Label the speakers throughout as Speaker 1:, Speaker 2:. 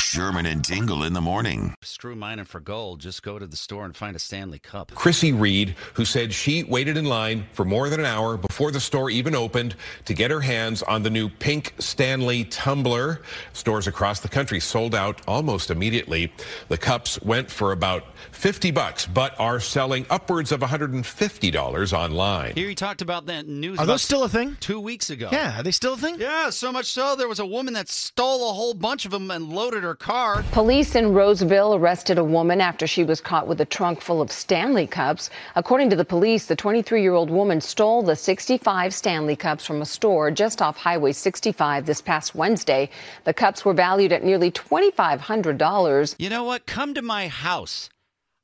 Speaker 1: Sherman and Tingle in the morning.
Speaker 2: Screw mining for gold. Just go to the store and find a Stanley Cup.
Speaker 3: Chrissy Reed, who said she waited in line for more than an hour before the store even opened to get her hands on the new pink Stanley tumbler. Stores across the country sold out almost immediately. The cups went for about 50 bucks, but are selling upwards of $150 online.
Speaker 2: Here he talked about that news.
Speaker 4: Are
Speaker 2: about
Speaker 4: those still a thing?
Speaker 2: two weeks ago?
Speaker 4: Yeah, are they still a thing?
Speaker 2: Yeah, so much so there was a woman that stole a whole bunch of them and loaded her car.
Speaker 5: Police in Roseville arrested a woman after she was caught with a trunk full of Stanley cups. According to the police, the 23 year old woman stole the 65 Stanley cups from a store just off Highway 65 this past Wednesday. The cups were valued at nearly $2,500.
Speaker 2: You know what? Come to my house.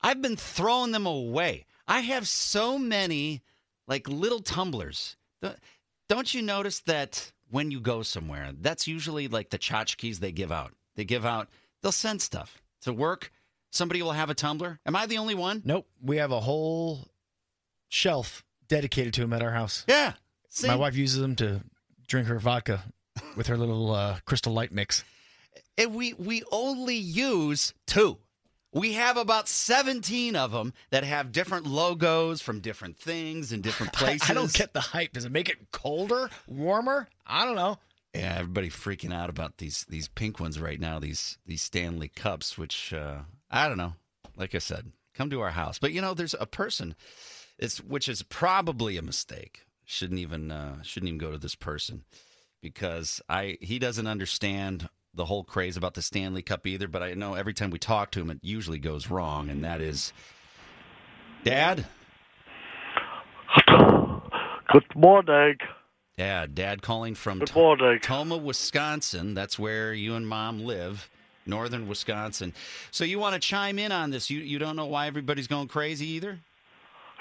Speaker 2: I've been throwing them away. I have so many like little tumblers. Th- Don't you notice that when you go somewhere, that's usually like the tchotchkes they give out. They give out, they'll send stuff to work. Somebody will have a tumbler. Am I the only one?
Speaker 4: Nope. We have a whole shelf dedicated to them at our house.
Speaker 2: Yeah. See?
Speaker 4: My wife uses them to drink her vodka with her little uh, crystal light mix.
Speaker 2: and we we only use two. We have about 17 of them that have different logos from different things and different places.
Speaker 4: I don't get the hype. Does it make it colder, warmer? I don't know.
Speaker 2: Yeah, everybody freaking out about these these pink ones right now. These these Stanley cups, which uh, I don't know. Like I said, come to our house. But you know, there's a person. It's which is probably a mistake. Shouldn't even uh, shouldn't even go to this person because I he doesn't understand the whole craze about the Stanley Cup either. But I know every time we talk to him, it usually goes wrong, and that is, Dad,
Speaker 6: Good morning.
Speaker 2: Dad, Dad calling from
Speaker 6: Good
Speaker 2: Tul-
Speaker 6: morning.
Speaker 2: Toma, Wisconsin. That's where you and Mom live, northern Wisconsin. So you want to chime in on this? You you don't know why everybody's going crazy either?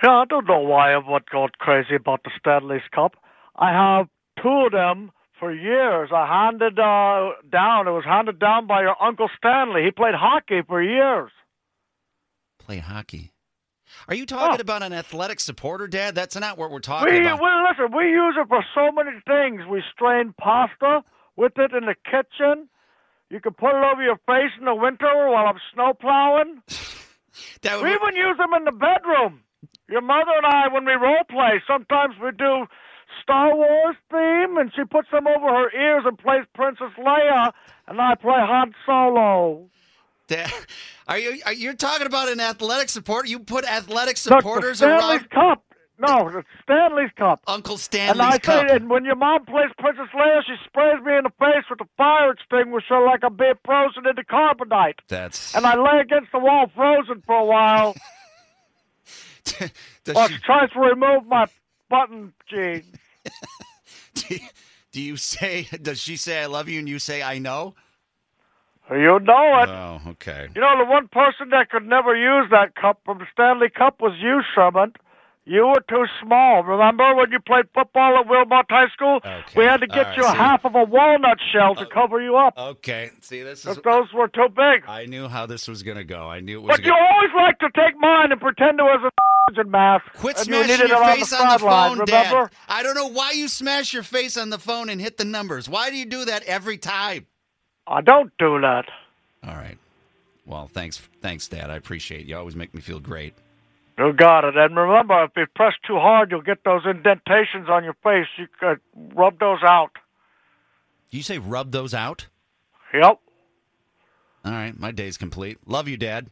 Speaker 6: Yeah, I don't know why everyone got crazy about the Stanley's Cup. I have two of them for years. I handed uh, down. It was handed down by your Uncle Stanley. He played hockey for years.
Speaker 2: Play hockey. Are you talking
Speaker 6: Oh.
Speaker 2: about an athletic supporter, Dad? That's not what we're talking
Speaker 6: We,
Speaker 2: about.
Speaker 6: we listen. We use it for so many things. We strain pasta with it in the kitchen. You can put it over your face in the winter while I'm snow plowing.
Speaker 2: That
Speaker 6: We
Speaker 2: would-
Speaker 6: even use them in the bedroom. Your mother and I, when we role play, sometimes we do Star Wars theme, and she puts them over her ears and plays Princess Leia, and I play Han Solo.
Speaker 2: Dad, are you are you talking about an athletic supporter? You put athletic
Speaker 6: Look,
Speaker 2: supporters
Speaker 6: the Stanley's
Speaker 2: around
Speaker 6: Cup. No, the Stanley's Cup.
Speaker 2: Uncle
Speaker 6: and I
Speaker 2: Stanley's
Speaker 6: say,
Speaker 2: cup.
Speaker 6: and when your mom plays Princess Leia, she sprays me in the face with a fire extinguisher like I'm being frozen into carbonite.
Speaker 2: That's
Speaker 6: And I lay against the wall frozen for a while
Speaker 2: Does
Speaker 6: while
Speaker 2: she-
Speaker 6: she tries to remove my button jeans.
Speaker 2: do, you, do you say? Does she say I love you and you say I know?
Speaker 6: You know it.
Speaker 2: Oh, okay.
Speaker 6: You know, the one person that could never use that cup from the Stanley Cup was you, Sherman. You were too small. Remember when you played football at Wilmot High School?
Speaker 2: Okay.
Speaker 6: We had to
Speaker 2: All
Speaker 6: get
Speaker 2: right, Uh,
Speaker 6: you
Speaker 2: so-
Speaker 6: half of a walnut shell to cover you up.
Speaker 2: Okay. See, this is
Speaker 6: 'cause those were too big.
Speaker 2: I knew how this was going to go. I knew it was.
Speaker 6: But you always like to take mine and pretend it was a oxygen mask.
Speaker 2: Quit
Speaker 6: and you
Speaker 2: smashing
Speaker 6: needed
Speaker 2: your
Speaker 6: it
Speaker 2: face
Speaker 6: on
Speaker 2: on the
Speaker 6: sideline,
Speaker 2: phone,
Speaker 6: remember?
Speaker 2: Dad. I don't know why you smash your face on the phone and hit the numbers. Why do you do that every time?
Speaker 6: I don't do that.
Speaker 2: All right. Well, thanks, thanks, Dad. I appreciate it. you. Always make me feel great.
Speaker 6: You got it. And remember, if you press too hard, you'll get those indentations on your face. You could rub those out.
Speaker 2: Do you say rub those out?
Speaker 6: Yep.
Speaker 2: All right, my day's complete. Love you, Dad.